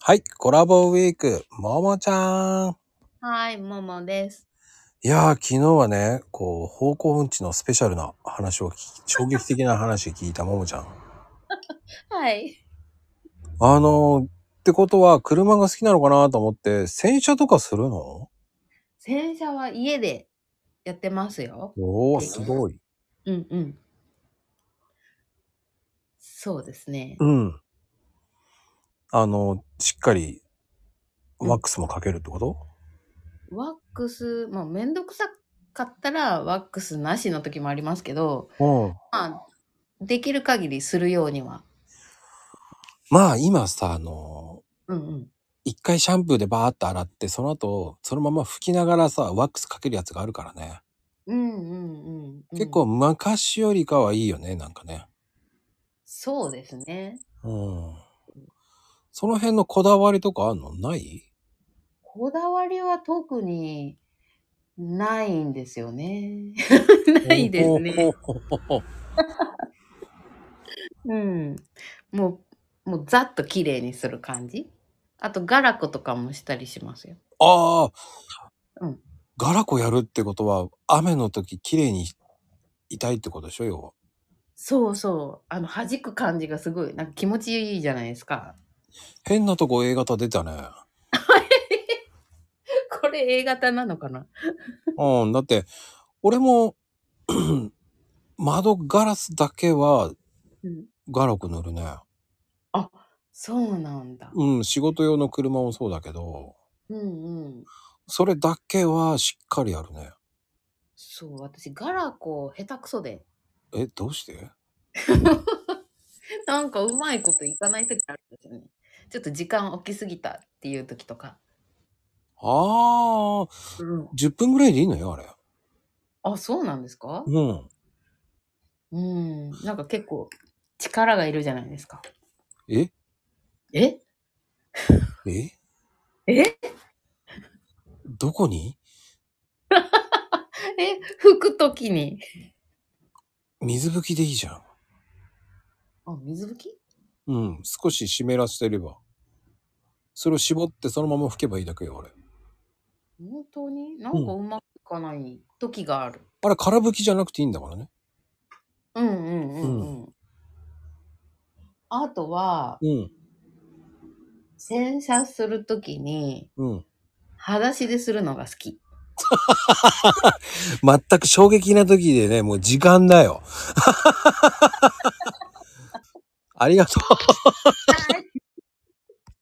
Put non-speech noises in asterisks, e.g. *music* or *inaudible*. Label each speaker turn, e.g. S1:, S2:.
S1: はい、コラボウィーク、ももちゃん。
S2: はい、ももです。
S1: いやー、昨日はね、こう、方向音痴のスペシャルな話を聞き、衝撃的な話聞いたももちゃん。
S2: はい。
S1: あのー、ってことは、車が好きなのかなと思って、洗車とかするの
S2: 洗車は家でやってますよ。
S1: おー、すごい。
S2: うんうん。そうですね。
S1: うん。あのー、しっかり、
S2: うん
S1: ワックスもかけるってこと、
S2: ワックス、まあめんどくさかったらワックスなしの時もありますけど、
S1: うん、
S2: まあ、できる限りするようには。
S1: まあ、今さ、あのー、
S2: うんうん。
S1: 一回シャンプーでバーっと洗って、その後、そのまま拭きながらさ、ワックスかけるやつがあるからね。
S2: うんうんうん、うん。
S1: 結構。昔よりかはいいよね、なんかね。
S2: そうですね。
S1: うん。その辺のこだわりとかあんのない
S2: こだわりは特にないんですよ
S1: *laughs*
S2: ね。ないですね。
S1: ほうほうほうほう
S2: うん。もう、もうざっと綺麗にする感じ。あと、ガラコとかもしたりしますよ。
S1: ああ。
S2: うん
S1: ガラコやるってことは、雨の時綺麗にいたいってことでしょ、要は。
S2: そうそう。あの、弾く感じがすごい、なんか気持ちいいじゃないですか。
S1: 変なとこ A 型出たね。
S2: *laughs* これ A 型なのかな
S1: うん。だって、俺も、00窓ガラスだけは
S2: うん。
S1: ガラコ塗るね。
S2: そうなんだ。
S1: うん、仕事用の車もそうだけど、
S2: うんうん。
S1: それだけはしっかりやるね。
S2: そう、私、ガラコ下手くそで。
S1: え、どうして
S2: なんかうまいこといかない時あるんですよね。ちょっと時間置きすぎたっていう時とか。
S1: ああ、
S2: うん。
S1: 10分ぐらいでいいのよ、あれ。
S2: あ、そうなんですか
S1: うん。
S2: うん。なんか結構力がいるじゃないですか。
S1: え
S2: え
S1: え
S2: え
S1: どこに
S2: え、拭くときに。
S1: 水拭きでいいじゃん。
S2: あ、水拭き
S1: うん、少し湿らせてれば。それを絞ってそのまま拭けばいいだけよ、あれ。
S2: 本当になんかうまくいかない時がある。
S1: あれ、空拭きじゃなくていいんだからね。
S2: うんうんうんうん。あとは、
S1: うん、
S2: 洗車するときに、
S1: うん。
S2: 裸足でするのが好き。
S1: 全く衝撃な時でね、もう時間 *laughs* だよ。ありがとう。
S2: あり